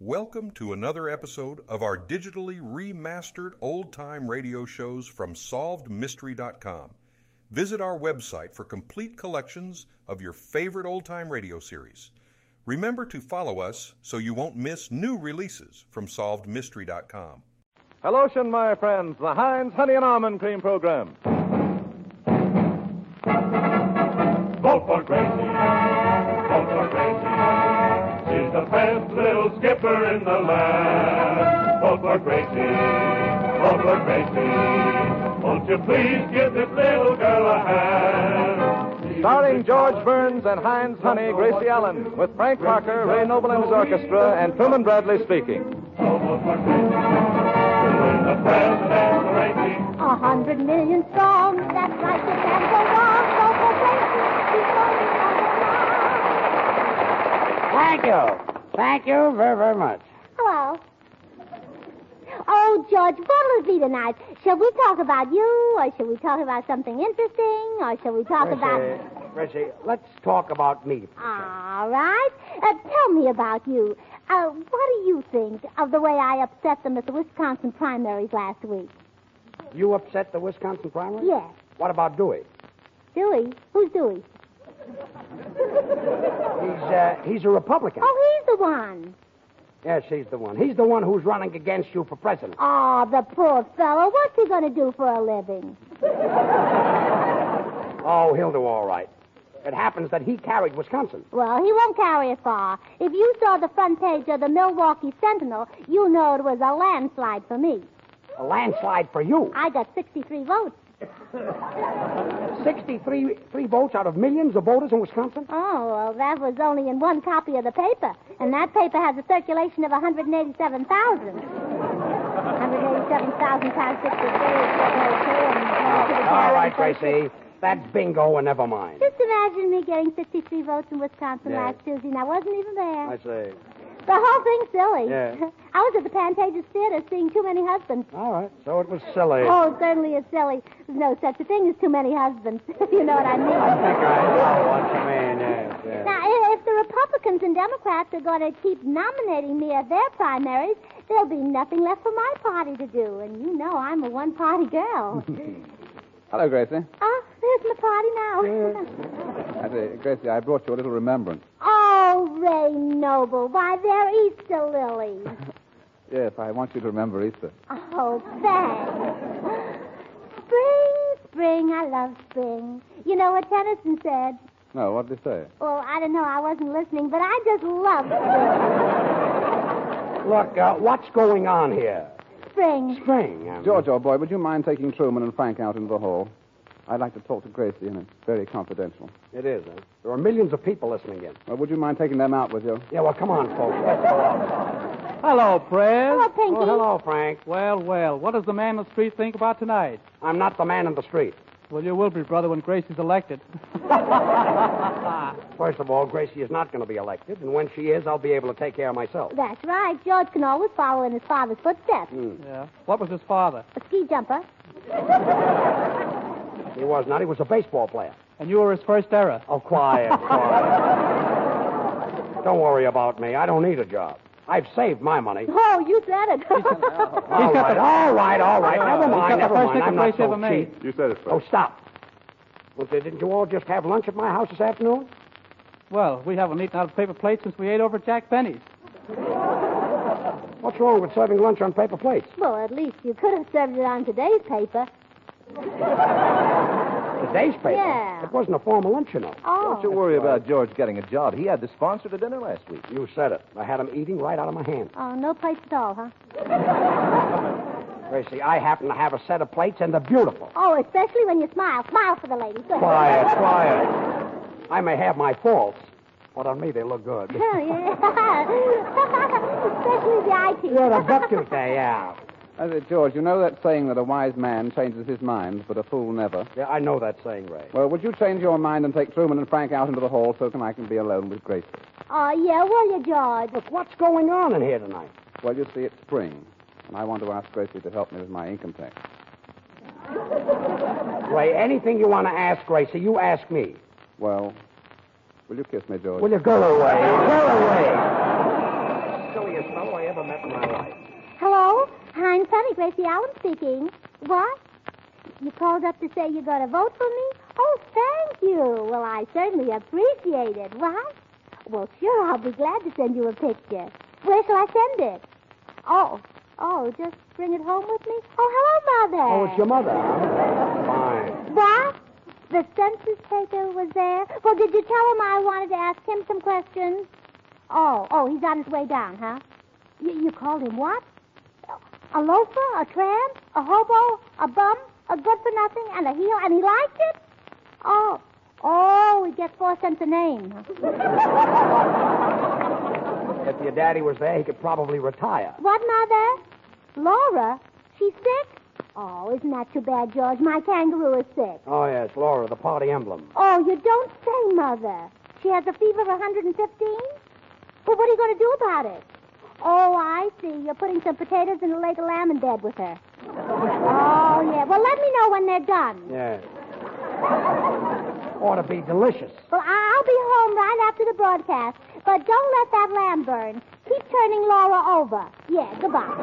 Welcome to another episode of our digitally remastered old time radio shows from SolvedMystery.com. Visit our website for complete collections of your favorite old time radio series. Remember to follow us so you won't miss new releases from SolvedMystery.com. Hellotion, my friends, the Heinz Honey and Almond Cream Program. Vote for Gracie. Vote for Gracie. She's the best little skipper in the land. Vote for Gracie. Vote for Gracie. Won't you please give this little girl a hand? Starring George Burns and Heinz Honey, Gracie Allen, with Frank Parker, Ray Noble and his orchestra, and Truman Bradley speaking. So vote for Gracie. She'll win the presidential rating. A hundred million songs, that's right, you can't go wrong. So go crazy, keep going, go wrong. Thank you. Thank you very, very much. Hello. Oh, George, what'll it be tonight? Shall we talk about you, or shall we talk about something interesting, or shall we talk about... Gracie, let's talk about me. All right. Uh, tell me about you. Uh, what do you think of the way I upset them at the Wisconsin primaries last week? You upset the Wisconsin primary? Yes. What about Dewey? Dewey? Who's Dewey? He's uh, he's a Republican. Oh, he's the one. Yes, he's the one. He's the one who's running against you for president. Oh, the poor fellow. What's he going to do for a living? Oh, he'll do all right. It happens that he carried Wisconsin. Well, he won't carry it far. If you saw the front page of the Milwaukee Sentinel, you know it was a landslide for me. A landslide for you. I got 63 votes. 63 three votes out of millions of voters in Wisconsin? Oh, well, that was only in one copy of the paper, and that paper has a circulation of 187,000. 187,000 times 63 is all right, Gracie. That's bingo and never mind. Just imagine me getting 63 votes in Wisconsin Yeah. last Tuesday, and I wasn't even there. see. The whole thing's silly. Yeah. I was at the Pantages Theater seeing Too Many Husbands. All right. So it was silly. Oh, certainly it's silly. There's no such a thing as too many husbands. you know what I mean. I know what you mean, yes, yes. Now, i- if the Republicans and Democrats are going to keep nominating me at their primaries, there'll be nothing left for my party to do. And you know I'm a one party girl. Hello, Gracie. oh, there's my party now. I say, Gracie, I brought you a little remembrance. oh, Ray Noble. Why, they're Easter lilies. Yes, I want you to remember Easter. Oh, thanks. Spring, spring, I love spring. You know what Tennyson said? No, what did he say? Well, I don't know. I wasn't listening, but I just love spring. Look, uh, what's going on here? spring. Spring. I mean. George, old boy, would you mind taking Truman and Frank out into the hall? I'd like to talk to Gracie, and it's very confidential. It is, huh? There are millions of people listening in. Well, would you mind taking them out with you? Yeah, well, come on, folks. Let's go out. Hello, Prez. Hello, Pinky. Oh, hello, Frank. Well, well, what does the man in the street think about tonight? I'm not the man in the street. Well, you will be, brother, when Gracie's elected. First of all, Gracie is not going to be elected, and when she is, I'll be able to take care of myself. That's right. George can always follow in his father's footsteps. Hmm. Yeah. What was his father? A ski jumper. He was not. He was a baseball player. And you were his first error. Oh, quiet, quiet. don't worry about me. I don't need a job. I've saved my money. Oh, you said it. All right, all right, all right. Never mind, He's got never the first mind. ticket I'm not Gracie so ever made. cheap. You said it Oh, stop. Well, didn't you all just have lunch at my house this afternoon? Well, we haven't eaten out of paper plates since we ate over at Jack Benny's. What's wrong with serving lunch on paper plates? well, at least you could have served it on today's paper. Today's paper. Yeah. It wasn't a formal lunch, you know. Oh. worry about George getting a job. He had the sponsor to dinner last week. You said it. I had him eating right out of my hand. Oh, no place at all, huh? Gracie, I happen to have a set of plates, and they're beautiful. Oh, especially when you smile. Smile for the lady. Good. Quiet, quiet. I may have my faults, but on me they look good. Oh, yeah. especially the eye teeth. You're a bucktooth, they are. I said, George, you know that saying that a wise man changes his mind, but a fool never? Yeah, I know that saying, Ray. Well, would you change your mind and take Truman and Frank out into the hall so can I can be alone with Gracie? Oh, yeah, will you, George? Look, what's going on in here tonight? Well, you see, it's spring, and I want to ask Gracie to help me with my income tax. Ray, anything you want to ask, Gracie, you ask me. Well, will you kiss me, George? Will you go away? Go away. Silliest fellow ever met in my life. Hello? Heinz Honey, Gracie Allen speaking. What? You called up to say you're going to vote for me? Oh, thank you. Well, I certainly appreciate it. What? Well, sure, I'll be glad to send you a picture. Where shall I send it? Oh, oh, just bring it home with me? Oh, hello, Mother. Oh, it's your mother. huh? Fine. What? The census taker was there? Well, did you tell him I wanted to ask him some questions? Oh, oh, he's on his way down, huh? Y- you called him what? A loafer, a tramp, a hobo, a bum, a good for nothing, and a heel, and he liked it? Oh, oh, he gets four cents a name. huh? If your daddy was there, he could probably retire. What, Mother? Laura? She's sick? Oh, isn't that too bad, George? My kangaroo is sick. Oh, yes, Laura, the party emblem. Oh, you don't say, Mother. She has a fever of 115? Well, what are you going to do about it? Oh, I see. You're putting some potatoes and a leg of lamb in bed with her. Oh, yeah. Well, let me know when they're done. Yes. Ought to be delicious. Well, I- I'll be home right after the broadcast. But don't let that lamb burn. Keep turning Laura over. Yeah, goodbye.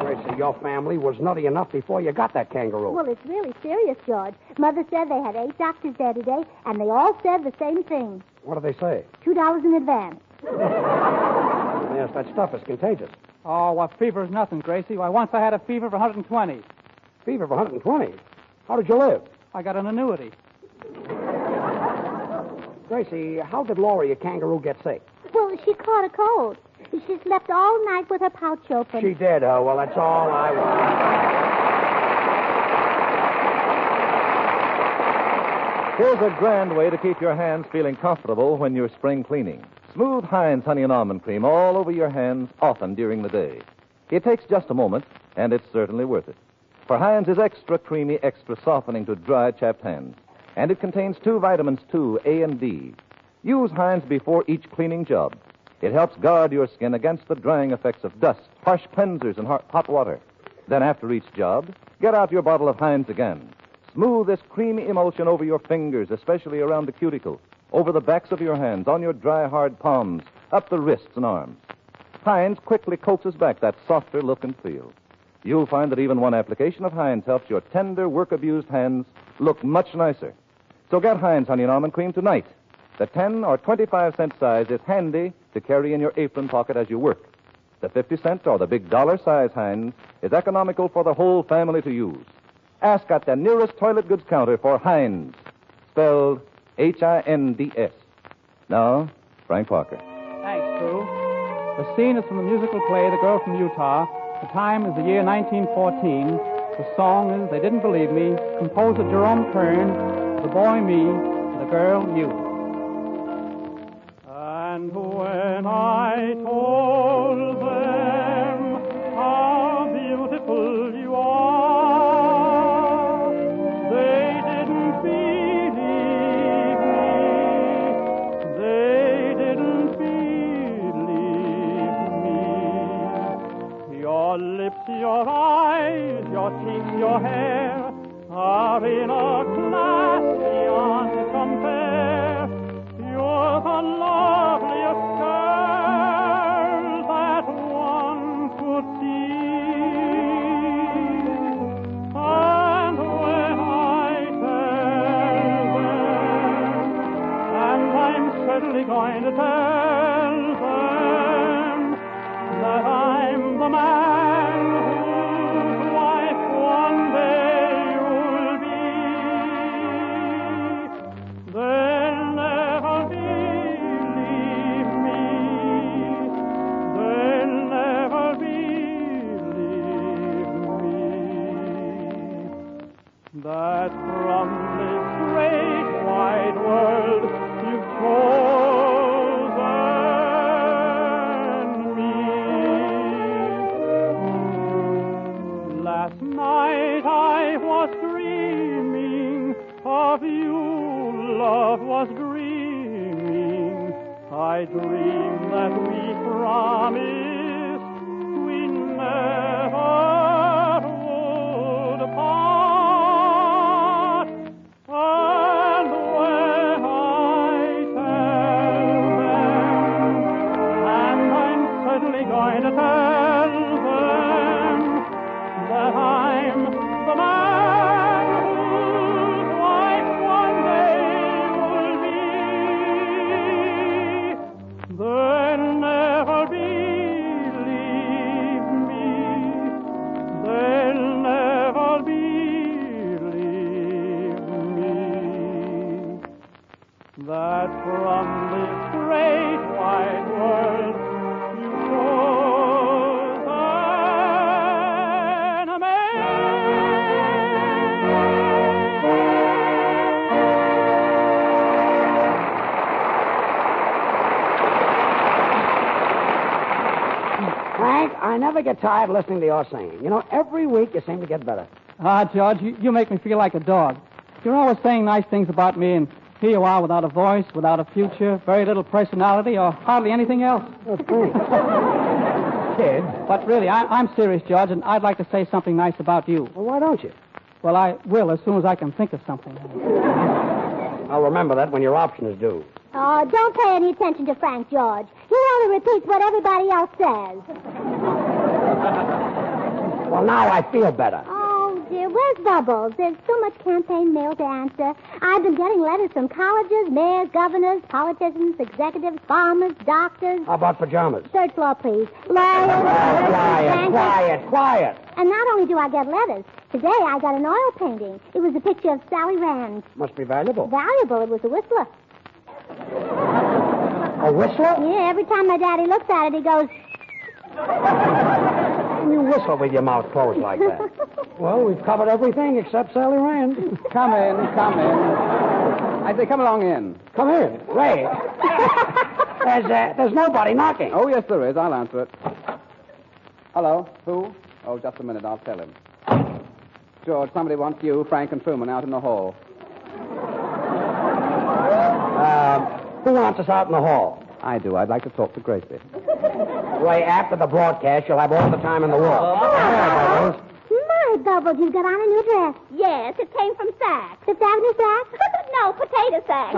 Gracie, your family was nutty enough before you got that kangaroo. Well, it's really serious, George. Mother said they had eight doctors there today, and they all said the same thing. what do they say? Two dollars in advance. Yes, that stuff is contagious. Oh, well, fever is nothing, Gracie. Why, once I had a fever of 120. Fever of 120. How did you live? I got an annuity. Gracie, how did Laura, your kangaroo, get sick? Well, she caught a cold. She slept all night with her pouch open. She did, oh, well, that's all I want. Here's a grand way to keep your hands feeling comfortable when you're spring cleaning. Smooth Heinz honey and almond cream all over your hands often during the day. It takes just a moment, and it's certainly worth it. For Heinz is extra creamy, extra softening to dry, chapped hands. And it contains two vitamins, too, A and D. Use Heinz before each cleaning job. It helps guard your skin against the drying effects of dust, harsh cleansers, and hot, hot water. Then, after each job, get out your bottle of Heinz again. Smooth this creamy emulsion over your fingers, especially around the cuticle, over the backs of your hands, on your dry, hard palms, up the wrists and arms. Heinz quickly coaxes back that softer look and feel. You'll find that even one application of Heinz helps your tender, work abused hands look much nicer. So get Heinz Honey and Almond Cream tonight. The 10 or 25 cent size is handy to carry in your apron pocket as you work. The 50 cent or the big dollar size Heinz is economical for the whole family to use. Ask at the nearest toilet goods counter for Heinz, spelled H I N D S. Now, Frank Parker. Thanks, Prue. The scene is from the musical play The Girl from Utah. The time is the year 1914. The song is They Didn't Believe Me, composer Jerome Kern, The Boy Me, and The Girl You. And when I told them how beautiful you are, they didn't believe me. They didn't believe me. Your lips, your eyes, your teeth, your hair are in a class beyond compare. You're the loveliest girl that one could see. And when I tell them and I'm certainly going to tell them that I'm the man whose wife one day you'll be. They'll never believe me. They'll never believe me that from this great wide world you've chosen me. Last night I was dreaming of you, love was dreaming. I dreamed that we promised we never would part. And when I tell them, and I'm only going to tell them that I'm the man whose wife one day will be. They'll never believe me. They'll never believe me that from this great wide world you chose an Frank, I never get tired listening to your singing. You know, every week you seem to get better. Ah, George, you, you make me feel like a dog. You're always saying nice things about me, and here you are without a voice, without a future, very little personality, or hardly anything else. Kid. But really, I, I'm serious, George, and I'd like to say something nice about you. Well, why don't you? Well, I will as soon as I can think of something. I'll remember that when your option is due. Oh, don't pay any attention to Frank George. He only repeats what everybody else says. Well, now I feel better. Oh, dear, where's Bubbles? There's so much campaign mail to answer. I've been getting letters from colleges, mayors, governors, politicians, executives, farmers, doctors. How about pajamas? Third floor, please. Lawyers, Quiet, quiet, quiet. And not only do I get letters, today I got an oil painting. It was a picture of Sally Rand. Must be valuable. Valuable, it was a whistler. A whistler? Yeah, every time my daddy looks at it, he goes, You whistle with your mouth closed like that. Well, we've covered everything except Sally Rand. Come in, come in. I say, come along in. Come in. Ray. there's, uh, there's nobody knocking. Oh, yes, there is. I'll answer it. Hello? Who? Oh, just a minute. I'll tell him. George, somebody wants you, Frank, and Truman out in the hall. Uh, who wants us out in the hall? I do. I'd like to talk to Gracie. Ray, after the broadcast, you'll have all the time in the world. Oh. There, Bubbles. My Bubbles, you've got on a new dress. Yes, it came from Saks. Fifth Avenue Saks? Oh, no, potato sack.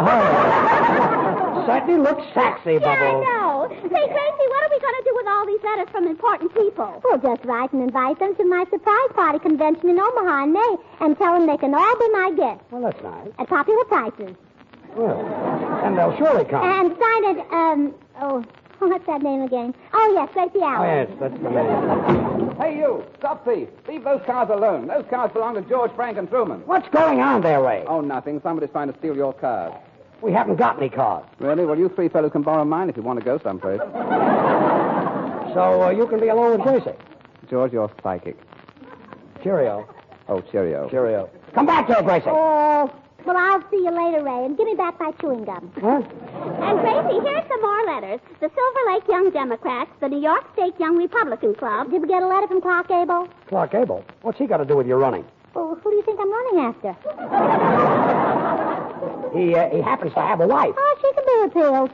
Certainly looks sexy, Yeah, I Bubbles. know. Say, Gracie, what are we going to do with all these letters from important people? Well, just write and invite them to my surprise party convention in Omaha in May and tell them they can all be my guests Well, that's nice. at popular prices. Well, and they'll surely come. And sign it, um, oh, what's that name again? Oh, yes, Gracie Oh, Allen. yes, that's the man. Hey, you! Stop thief! Leave those cars alone. Those cars belong to George, Frank, and Truman. What's going on there, Ray? Oh, nothing. Somebody's trying to steal your cars. We haven't got any cars. Really? Well, you three fellows can borrow mine if you want to go someplace. So uh, you can be alone with Gracie. George, you're psychic. Cheerio. Oh, cheerio. Cheerio. Come back here, Gracie. Oh, well, I'll see you later, Ray, and give me back my chewing gum. Huh? And Gracie, here's some more letters. The Silver Lake Young Democrats, the New York State Young Republican Club. Did we get a letter from Clark Abel? Clark Abel. What's he got to do with your running? Oh, who do you think I'm running after? He uh, he happens to have a wife. Oh, she can be repealed.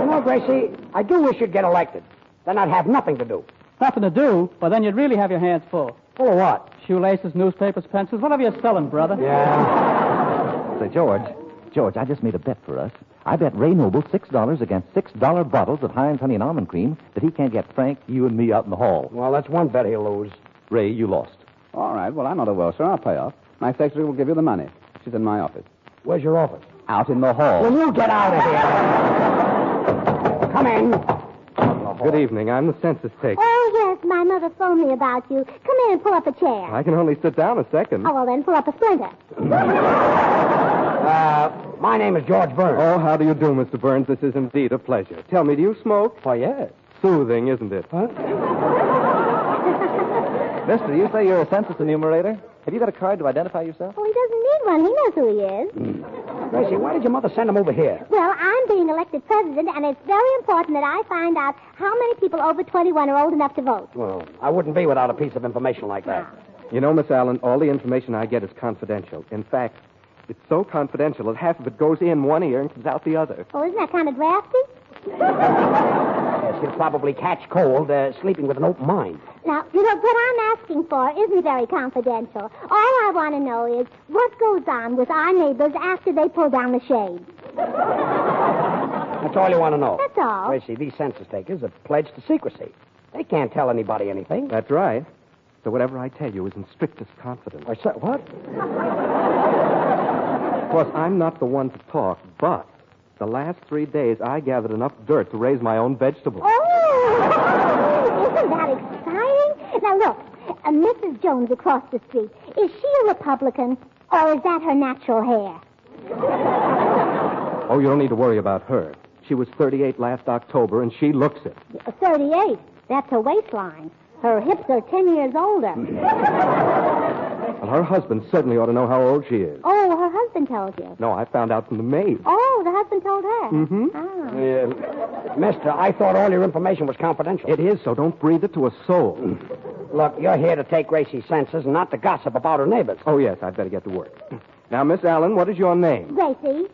You know, Gracie, I do wish you'd get elected. Then I'd have nothing to do. Nothing to do, but then you'd really have your hands full. Full of what? Shoelaces, newspapers, pencils, whatever you're selling, brother. Yeah. Say, George, George, I just made a bet for us. I bet Ray Noble six dollars against six dollar bottles of Heinz honey and almond cream that he can't get Frank, you, and me out in the hall. Well, that's one bet he'll lose. Ray, you lost. All right. Well, I'm not a welcher. I'll pay off. My secretary will give you the money. She's in my office. Where's your office? Out in the hall. Will you get out of here? Come in. Good evening. I'm the census taker. Oh, yes, my mother phoned me about you. Come in and pull up a chair. I can only sit down a second. Oh, well, then pull up a splinter. Uh, my name is George Burns. Oh, how do you do, Mr. Burns? This is indeed a pleasure. Tell me, do you smoke? Oh, yes. Soothing, isn't it? Mister, you say you're a census enumerator? Have you got a card to identify yourself? Oh, he doesn't need one. He knows who he is. Gracie, why did your mother send him over here? Well, I'm being elected president, and it's very important that I find out how many people over 21 are old enough to vote. Well, I wouldn't be without a piece of information like that. You know, Miss Allen, all the information I get is confidential. In fact, it's so confidential that half of it goes in one ear and comes out the other. Oh, isn't that kind of drafty? Yes, he'll probably catch cold uh, sleeping with an open mind. Now, you know, what I'm asking for isn't very confidential. All I want to know is what goes on with our neighbors after they pull down the shade. That's That's all you want to know. That's all. Well, see, these census takers have pledged to secrecy. They can't tell anybody anything. That's right. So whatever I tell you is in strictest confidence. I said, what? Of course, I'm not the one to talk, but the last three days I gathered enough dirt to raise my own vegetables. Oh, isn't that exciting? Now look, uh, Mrs. Jones across the street, is she a Republican or is that her natural hair? Oh, you don't need to worry about her. She was 38 last October, and she looks it. 38. That's her waistline. Her hips are 10 years older. And her husband certainly ought to know how old she is. oh, her husband told you. No, I found out from the maid. Oh, the husband told her. Mm-hmm. Ah. Uh, Mister, I thought all your information was confidential. It is, so don't breathe it to a soul. Look, you're here to take Gracie's census and not to gossip about her neighbors. Oh, yes, I'd better get to work. Now, Miss Allen, what is your name? Gracie.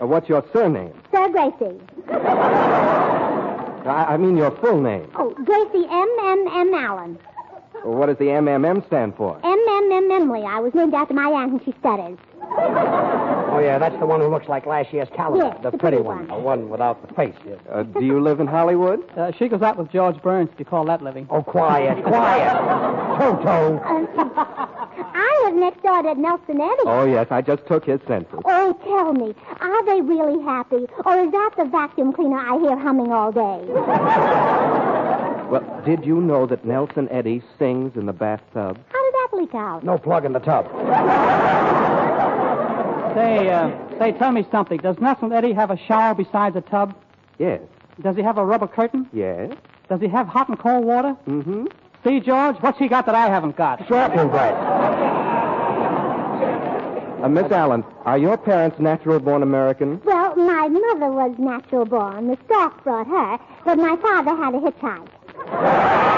Uh, what's your surname? Sir Gracie. I, I mean your full name. Oh, Gracie M.M.M. Allen. What does the MMM stand for? M.M.M. Emily. I was named after my aunt and she stutters. Oh, yeah, that's the one who looks like last year's calendar. Yes, the, the pretty pretty one. one. The one without the face. yes. Uh, do you live in Hollywood? Uh, she goes out with George Burns, if you call that living. Oh, quiet, quiet. Toto. I live next door to Nelson Eddy. Oh, yes, I just took his census. Oh, tell me, are they really happy, or is that the vacuum cleaner I hear humming all day? Well, did you know that Nelson Eddy sings in the bathtub? How did that leak out? No plug in the tub. Say, uh, say, tell me something. Does Nelson Eddy have a shower besides a tub? Yes. Does he have a rubber curtain? Yes? Does he have hot and cold water? Mm-hmm. See, George, what's he got that I haven't got? Shrapnel bread. Uh, Miss Allen, are your parents natural born American? Well, my mother was natural born. The stock brought her, but my father had a hitchhike.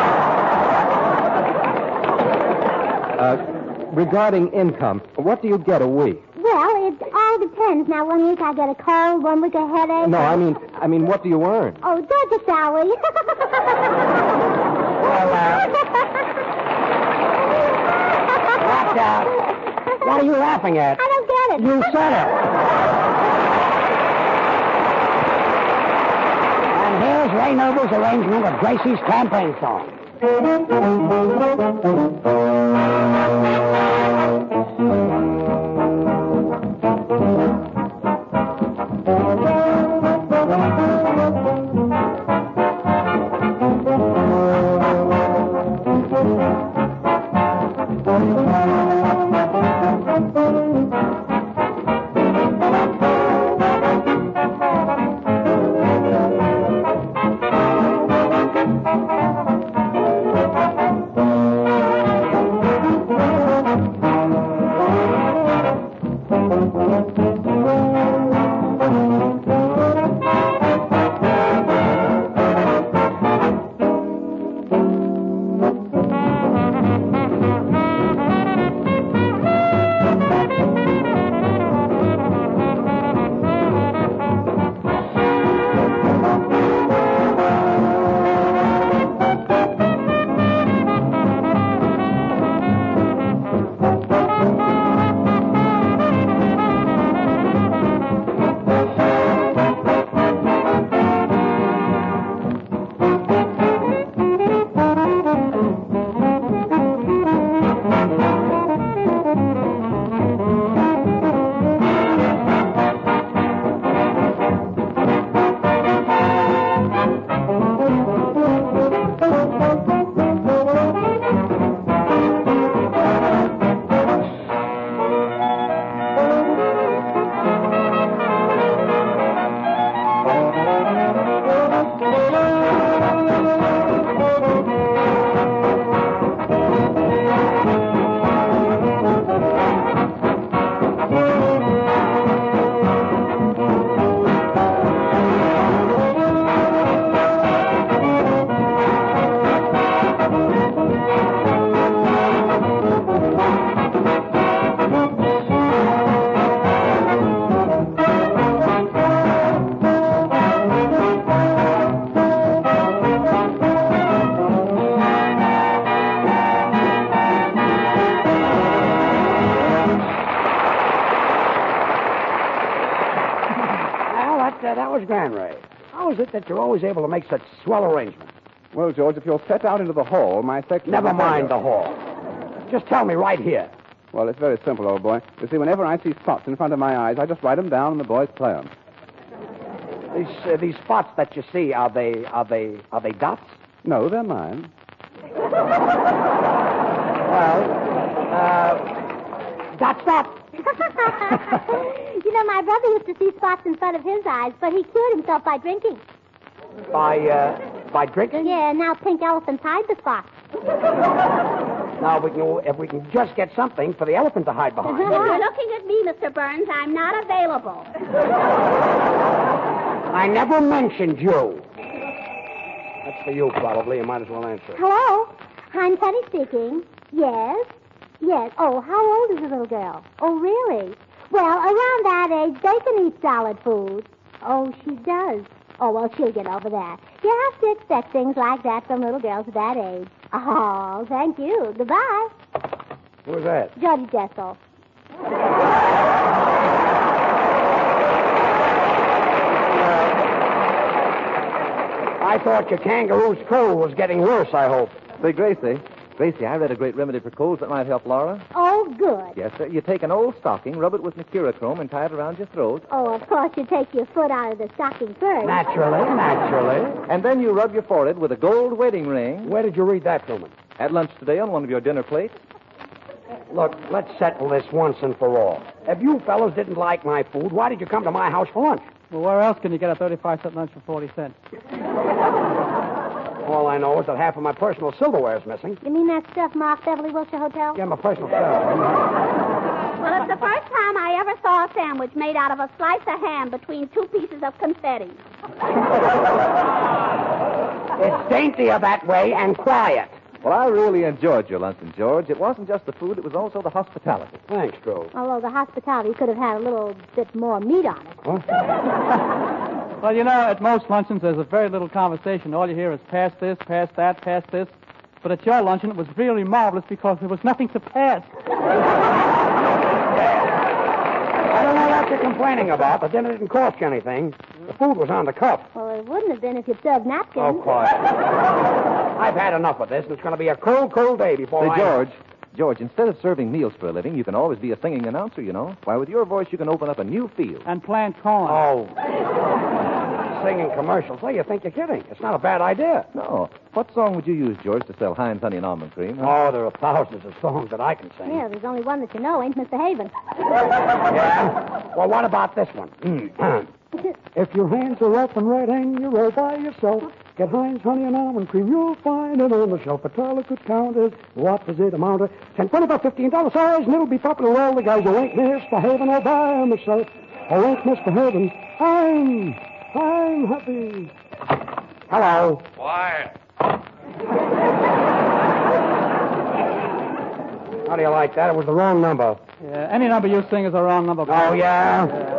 Uh, regarding income, what do you get a week? Well, it all depends. Now, one week I get a cold, one week a headache. No, I mean, I mean, what do you earn? Oh, Georgia salary. Watch out. What are you laughing at? I don't get it. You said it. And here's Ray Noble's arrangement of Gracie's campaign song. Well, that, uh, that was Grand Ray. How is it that you're always able to make such swell arrangements? Well, George, if you'll step out into the hall, my secretary. Never mind the hall. Just tell me right here. Well, it's very simple, old boy. You see, whenever I see spots in front of my eyes, I just write 'em down and the boys play 'em. These uh, these spots that you see are they are they are they dots? No, they're mine. Uh, dots dots. you know, my brother used to see spots in front of his eyes, but he cured himself by drinking. By uh, by drinking. Yeah, now Pink Elephant's hide the spots. Now we can if we can just get something for the elephant to hide behind. looking at me, Mr. Burns, I'm not available. I never mentioned you. That's for you, probably. You might as well answer. it. Hello? Heinz Honey speaking. Yes? Yes. Oh, how old is the little girl? Oh, really? Well, around that age, they can eat solid food. Oh, she does. Oh, well, she'll get over that. You have to expect things like that from little girls of that age. Oh, thank you. Goodbye. Who's that? Jody Jessel. I thought your kangaroo's cold was getting worse. I hope. Say, Gracie. Gracie, I read a great remedy for colds that might help Laura. Oh, good. Yes, sir. You take an old stocking, rub it with mercurochrome, and tie it around your throat. Oh, of course, you take your foot out of the stocking first. Naturally, naturally. And then you rub your forehead with a gold wedding ring. Where did you read that, Truman? At lunch today on one of your dinner plates. Look, let's settle this once and for all. If you fellows didn't like my food, why did you come to my house for lunch? Well, where else can you get a 35 cent lunch for 40 cents? All I know is that half of my personal silverware is missing. You mean that stuff Mark Beverly Wilshire Hotel? Yeah, my personal stuff. Well, it's the first time I ever saw a sandwich made out of a slice of ham between two pieces of confetti. It's daintier that way and quiet. Well, I really enjoyed your luncheon, George. It wasn't just the food, it was also the hospitality. Thanks, Joe. Although the hospitality could have had a little bit more meat on it. Well, you know, at most luncheons there's a very little conversation. All you hear is pass this, pass that, pass this. But at your luncheon it was really marvelous because there was nothing to pass. I don't know what you're complaining about. The dinner didn't cost you anything. The food was on the cuff. Well, it wouldn't have been if you'd served napkins. Oh, quiet. I've had enough of this, and it's going to be a cold, cold day Oh, before Say, I... George. George, instead of serving meals for a living, you can always be a singing announcer, you know. Why, with your voice, you can open up a new field. And plant corn. Oh. Singing commercials. Well, you think you're kidding. It's not a bad idea. No. What song would you use, George, to sell Heinz Honey and Almond Cream? huh? Oh, there are thousands of songs that I can sing. Yeah, there's only one that you know, ain't Mr. Haven. Yeah? Well, what about this one? Hmm. if your hands are up and right hang, you're all by yourself. Get Heinz honey and almond cream. You'll find it on the shelf. A dollar could count as what does it amount to? Ten, twenty, about fifteen dollar size, and it'll be popular with all the guys. You ain't Mr. Heaven all by myself. I Oh, ain't Mr. Heaven. I'm, I'm happy. Hello. Quiet. How do you like that? It was the wrong number. Yeah, any number you sing is a wrong number. Oh, yeah?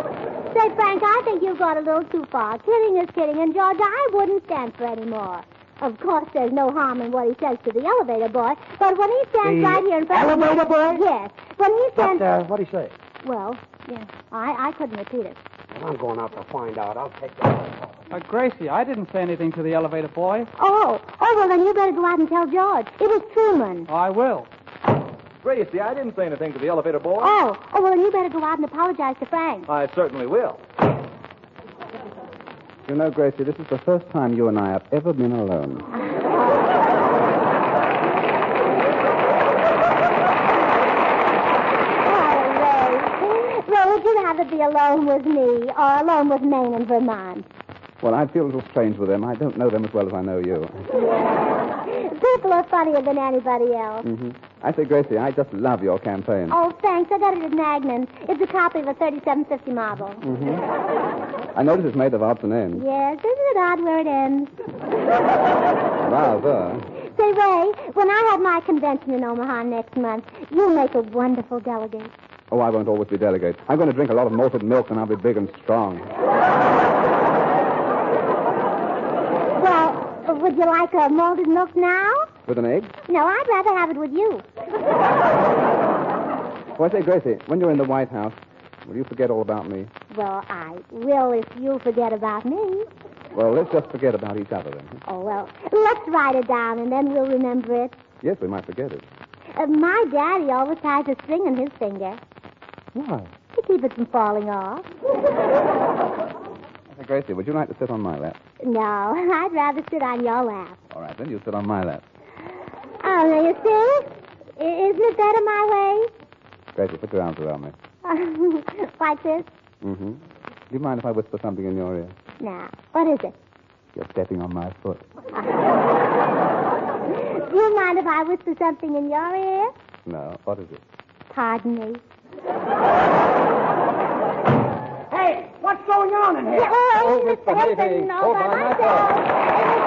Say, Frank, I think you've gone a little too far. Kidding is kidding, and George, I wouldn't stand for any more. Of course, there's no harm in what he says to the elevator boy, but when he stands The right here in front elevator of me... boy? Yes. When he stands... But, uh, what'd he say? Well, yeah, I, I couldn't repeat it. I'm going out to find out. I'll take that. Uh, Gracie, I didn't say anything to the elevator boy. Oh, oh, well, then you better go out and tell George. It was Truman. I will. Gracie, I didn't say anything to the elevator boy. Oh, oh, well, then you better go out and apologize to Frank. I certainly will. You know, Gracie, this is the first time you and I have ever been alone. Oh, Ray. Ray, would you rather be alone with me or alone with Maine and Vermont? Well, I feel a little strange with them. I don't know them as well as I know you. People are funnier than anybody else. hmm I say, Gracie, I just love your campaign. Oh, thanks. I got it at Magnum. It's a copy of a 3750 model. I notice it's made of odds and ends. Yes, isn't it odd where it ends? Rather. Say, Ray, when I have my convention in Omaha next month, you'll make a wonderful delegate. Oh, I won't always be delegate. I'm going to drink a lot of malted milk, and I'll be big and strong. Well, uh, would you like a malted milk now? With an egg? No, I'd rather have it with you. Well, I say, Gracie, when you're in the White House, will you forget all about me? Well, I will if you forget about me. Well, let's just forget about each other then. Oh, well, let's write it down and then we'll remember it. Yes, we might forget it. Uh, my daddy always ties a string on his finger Why? to keep it from falling off. Now, Gracie, would you like to sit on my lap? No, I'd rather sit on your lap. All right, then you sit on my lap. Oh, now you see? I- isn't it better my Gracie, put your arms around me. way? like this? Mm-hmm. Do you mind if I whisper something in your ear? Now, what is it? You're stepping on my foot. Do you mind if I whisper something in your ear? No, what is it? Pardon me. Hey, what's going on in here? Yeah, oh, oh, Mr. Mr. Hayden, Hayden, all all by by myself.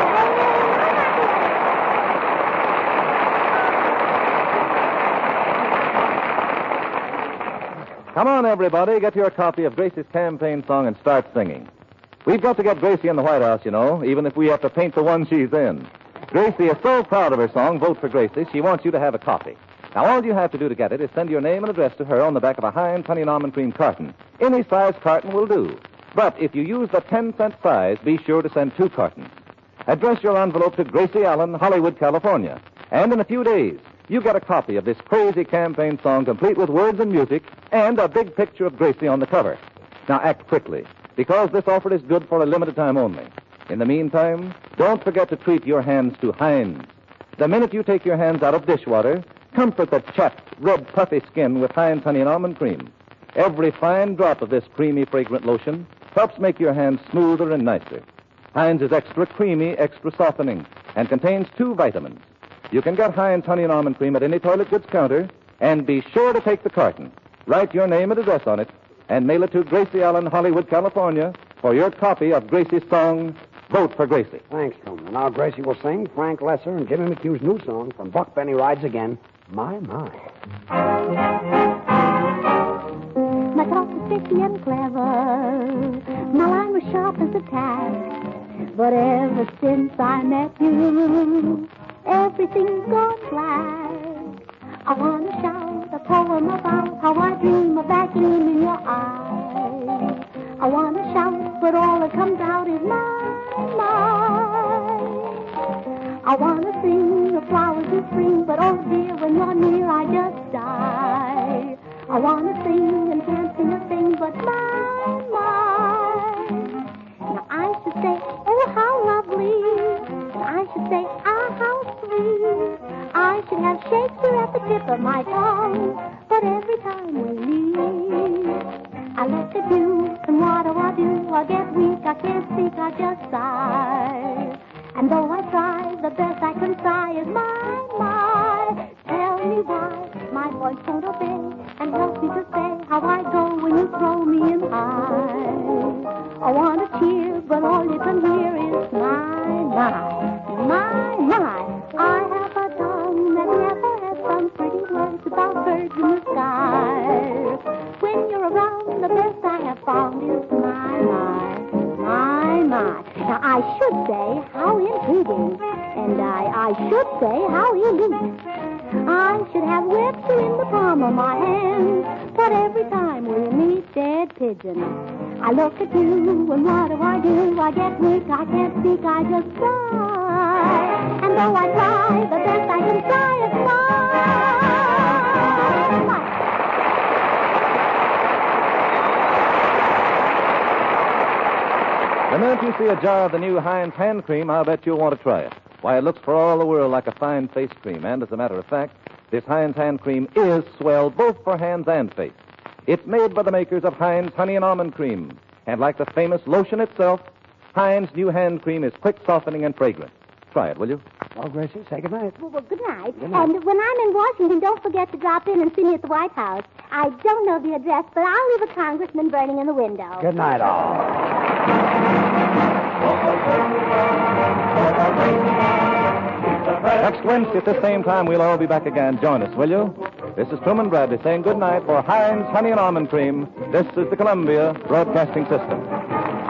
Come on, everybody, get your copy of Gracie's campaign song and start singing. We've got to get Gracie in the White House, you know, even if we have to paint the one she's in. Gracie is so proud of her song, Vote for Gracie, she wants you to have a copy. Now, all you have to do to get it is send your name and address to her on the back of a Heinz Honey and Almond Cream carton. Any size carton will do. But if you use the 10 cent size, be sure to send two cartons. Address your envelope to Gracie Allen, Hollywood, California. And in a few days, you get a copy of this crazy campaign song complete with words and music and a big picture of Gracie on the cover. Now act quickly, because this offer is good for a limited time only. In the meantime, don't forget to treat your hands to Heinz. The minute you take your hands out of dishwater, comfort the chapped, red, puffy skin with Heinz Honey and Almond Cream. Every fine drop of this creamy, fragrant lotion helps make your hands smoother and nicer. Heinz is extra creamy, extra softening, and contains two vitamins. You can get Heinz Honey and Almond Cream at any toilet goods counter, and be sure to take the carton. Write your name and address on it, and mail it to Gracie Allen, Hollywood, California, for your copy of Gracie's song, Vote for Gracie. Thanks, Truman. Now Gracie will sing Frank Lesser and Jimmy McHugh's new song from Buck Benny Rides Again. My, my. My thoughts were tricky and clever. My line was sharp as a tack. But ever since I met you, everything's gone black. I want to shout a poem about how I dream of that gleam in your eyes. I want to shout, but all that comes out is my, my. I want to sing the flowers of spring, but oh dear, when you're near, I just die. I want to sing and can't sing a thing but my, my. Now I should say, oh, how lovely. I should say, ah, how sweet. I should have Shakespeare at the tip of my tongue, but every time we meet, I let the do, and what do I do? I get weak, I can't speak, I just sigh. And though I try, the best I can try is my, my. Tell me why my voice won't obey, and help me to say how I go when you throw me in high. I want to cheer, but all you can hear is my, my, my, my. I have a tongue that never has some pretty words about birds in the sky. When you're around, the best I have found is my, my. My, my. Now, I should say how intriguing. And I, I should say how elite. I should have Webster in the palm of my hand. But every time we meet dead pigeon, I look at you, and what do I do? I get weak, I can't speak, I just cry. And though I try, the best I can try is cry. My The minute you see a jar of the new Heinz hand cream, I'll bet you'll want to try it. Why, it looks for all the world like a fine face cream. And as a matter of fact, this Heinz hand cream is swell both for hands and face. It's made by the makers of Heinz Honey and Almond Cream. And like the famous lotion itself, Heinz new hand cream is quick softening and fragrant. Try it, will you? Well, Gracie, say goodnight. Well, well, good night. Good night. And when I'm in Washington, don't forget to drop in and see me at the White House. I don't know the address, but I'll leave a congressman burning in the window. Good night, all. Next Wednesday at the same time, we'll all be back again. Join us, will you? This is Truman Bradley saying good night for Heinz Honey and Almond Cream. This is the Columbia Broadcasting Even System.